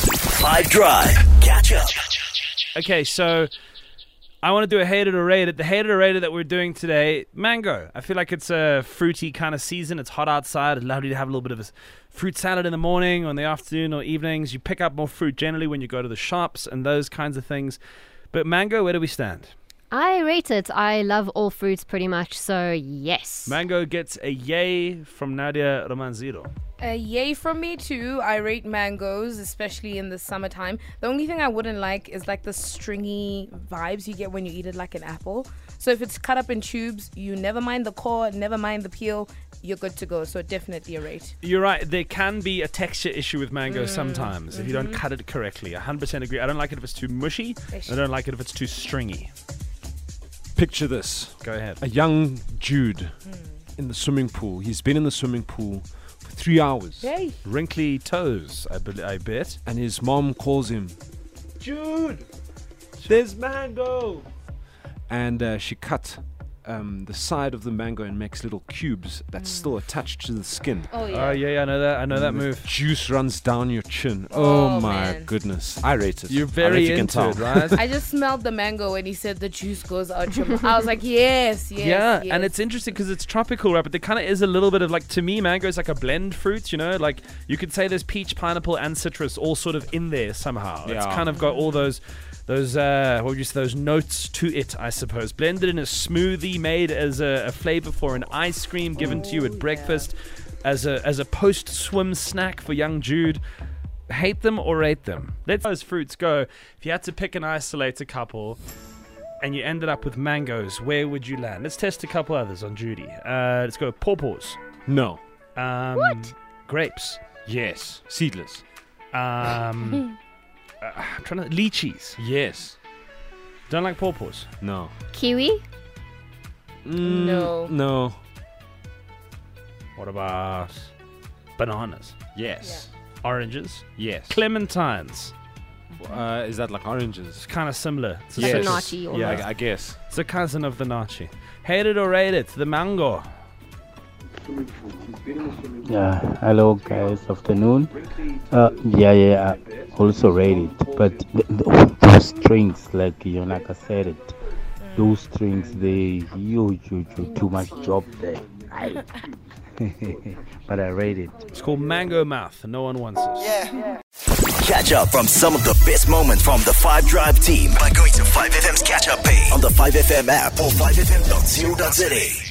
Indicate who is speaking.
Speaker 1: Five Drive. Catch up.
Speaker 2: Okay, so I want to do a hated or rated. The hated or rated that we're doing today, mango. I feel like it's a fruity kind of season. It's hot outside. It's lovely to have a little bit of a s- fruit salad in the morning or in the afternoon or evenings. You pick up more fruit generally when you go to the shops and those kinds of things. But mango, where do we stand?
Speaker 3: I rate it. I love all fruits pretty much, so yes.
Speaker 2: Mango gets a yay from Nadia Romanziro.
Speaker 4: A yay from me too. I rate mangoes, especially in the summertime. The only thing I wouldn't like is like the stringy vibes you get when you eat it like an apple. So if it's cut up in tubes, you never mind the core, never mind the peel, you're good to go. So definitely a rate.
Speaker 2: You're right. There can be a texture issue with mango sometimes if you don't cut it correctly. 100% agree. I don't like it if it's too mushy. I don't like it if it's too stringy.
Speaker 5: Picture this
Speaker 2: Go ahead.
Speaker 5: a young Jude
Speaker 4: Hmm.
Speaker 5: in the swimming pool. He's been in the swimming pool for three hours.
Speaker 4: Yay.
Speaker 2: Wrinkly toes, I, bel I bet.
Speaker 5: And his mom calls him, Jude, there's mango. And uh, she cut um, the side of the mango and makes little cubes that's
Speaker 4: Hmm.
Speaker 5: still attached to the skin.
Speaker 4: Oh
Speaker 2: Oh yeah, yeah, I know that. I know
Speaker 5: Mm.
Speaker 2: that move.
Speaker 5: Juice runs down your chin. Oh,
Speaker 4: Oh,
Speaker 5: my
Speaker 4: man.
Speaker 5: goodness. I rate it.
Speaker 2: You're
Speaker 5: I don't know if
Speaker 2: very
Speaker 5: you can
Speaker 2: into
Speaker 5: tell.
Speaker 2: it, right?
Speaker 4: I just smelled the mango and he said the juice goes out your mouth. I was like, yes, yes.
Speaker 2: yeah,
Speaker 4: yes.
Speaker 2: and it's interesting because it's tropical, right? But there kind of is a little bit of like to me, mango is like a blend fruit. You know, like you could say there's peach, pineapple, and citrus all sort of in there somehow. It's
Speaker 5: Yeah.
Speaker 2: kind of got all those. Those uh, what would you say? Those notes to it, I suppose, blended in a smoothie, made as a, a flavor for an ice cream, given to you at breakfast, as a as a post swim snack for young Jude. Hate them or rate them. Let's those fruits go. If you had to pick and isolate a couple, and you ended up with mangoes, where would you land? Let's test a couple others on Judy. Uh, let's go pawpaws.
Speaker 5: No.
Speaker 2: Um, what? Grapes.
Speaker 5: Yes. Seedless.
Speaker 2: Um, uh, I'm trying to lychees.
Speaker 5: Yes.
Speaker 2: Don't like pawpaws.
Speaker 5: No.
Speaker 3: Kiwi?
Speaker 5: Mm,
Speaker 4: No.
Speaker 5: No.
Speaker 2: What about bananas?
Speaker 5: Yes.
Speaker 2: Oranges.
Speaker 5: Yes.
Speaker 2: Clementines.
Speaker 5: Uh, is that like oranges?
Speaker 2: It's kind of similar. It's a
Speaker 3: Like
Speaker 2: citrus.
Speaker 3: nachi or
Speaker 2: Yeah.
Speaker 5: I, I guess.
Speaker 2: It's a cousin of the nachi. Hate it or rate it, the mango.
Speaker 6: Yeah, hello guys, afternoon. Uh, yeah, yeah, I also read it, but th- th- those strings, like you know, like I said it, those strings, they you, you, you, too much job there. Aye. but I read it.
Speaker 2: It's called mango mouth. No one wants it.
Speaker 1: Catch up from some of the best moments from the Five Drive team by going to 5FM's catch up page on the 5FM app or 5FM.co.za.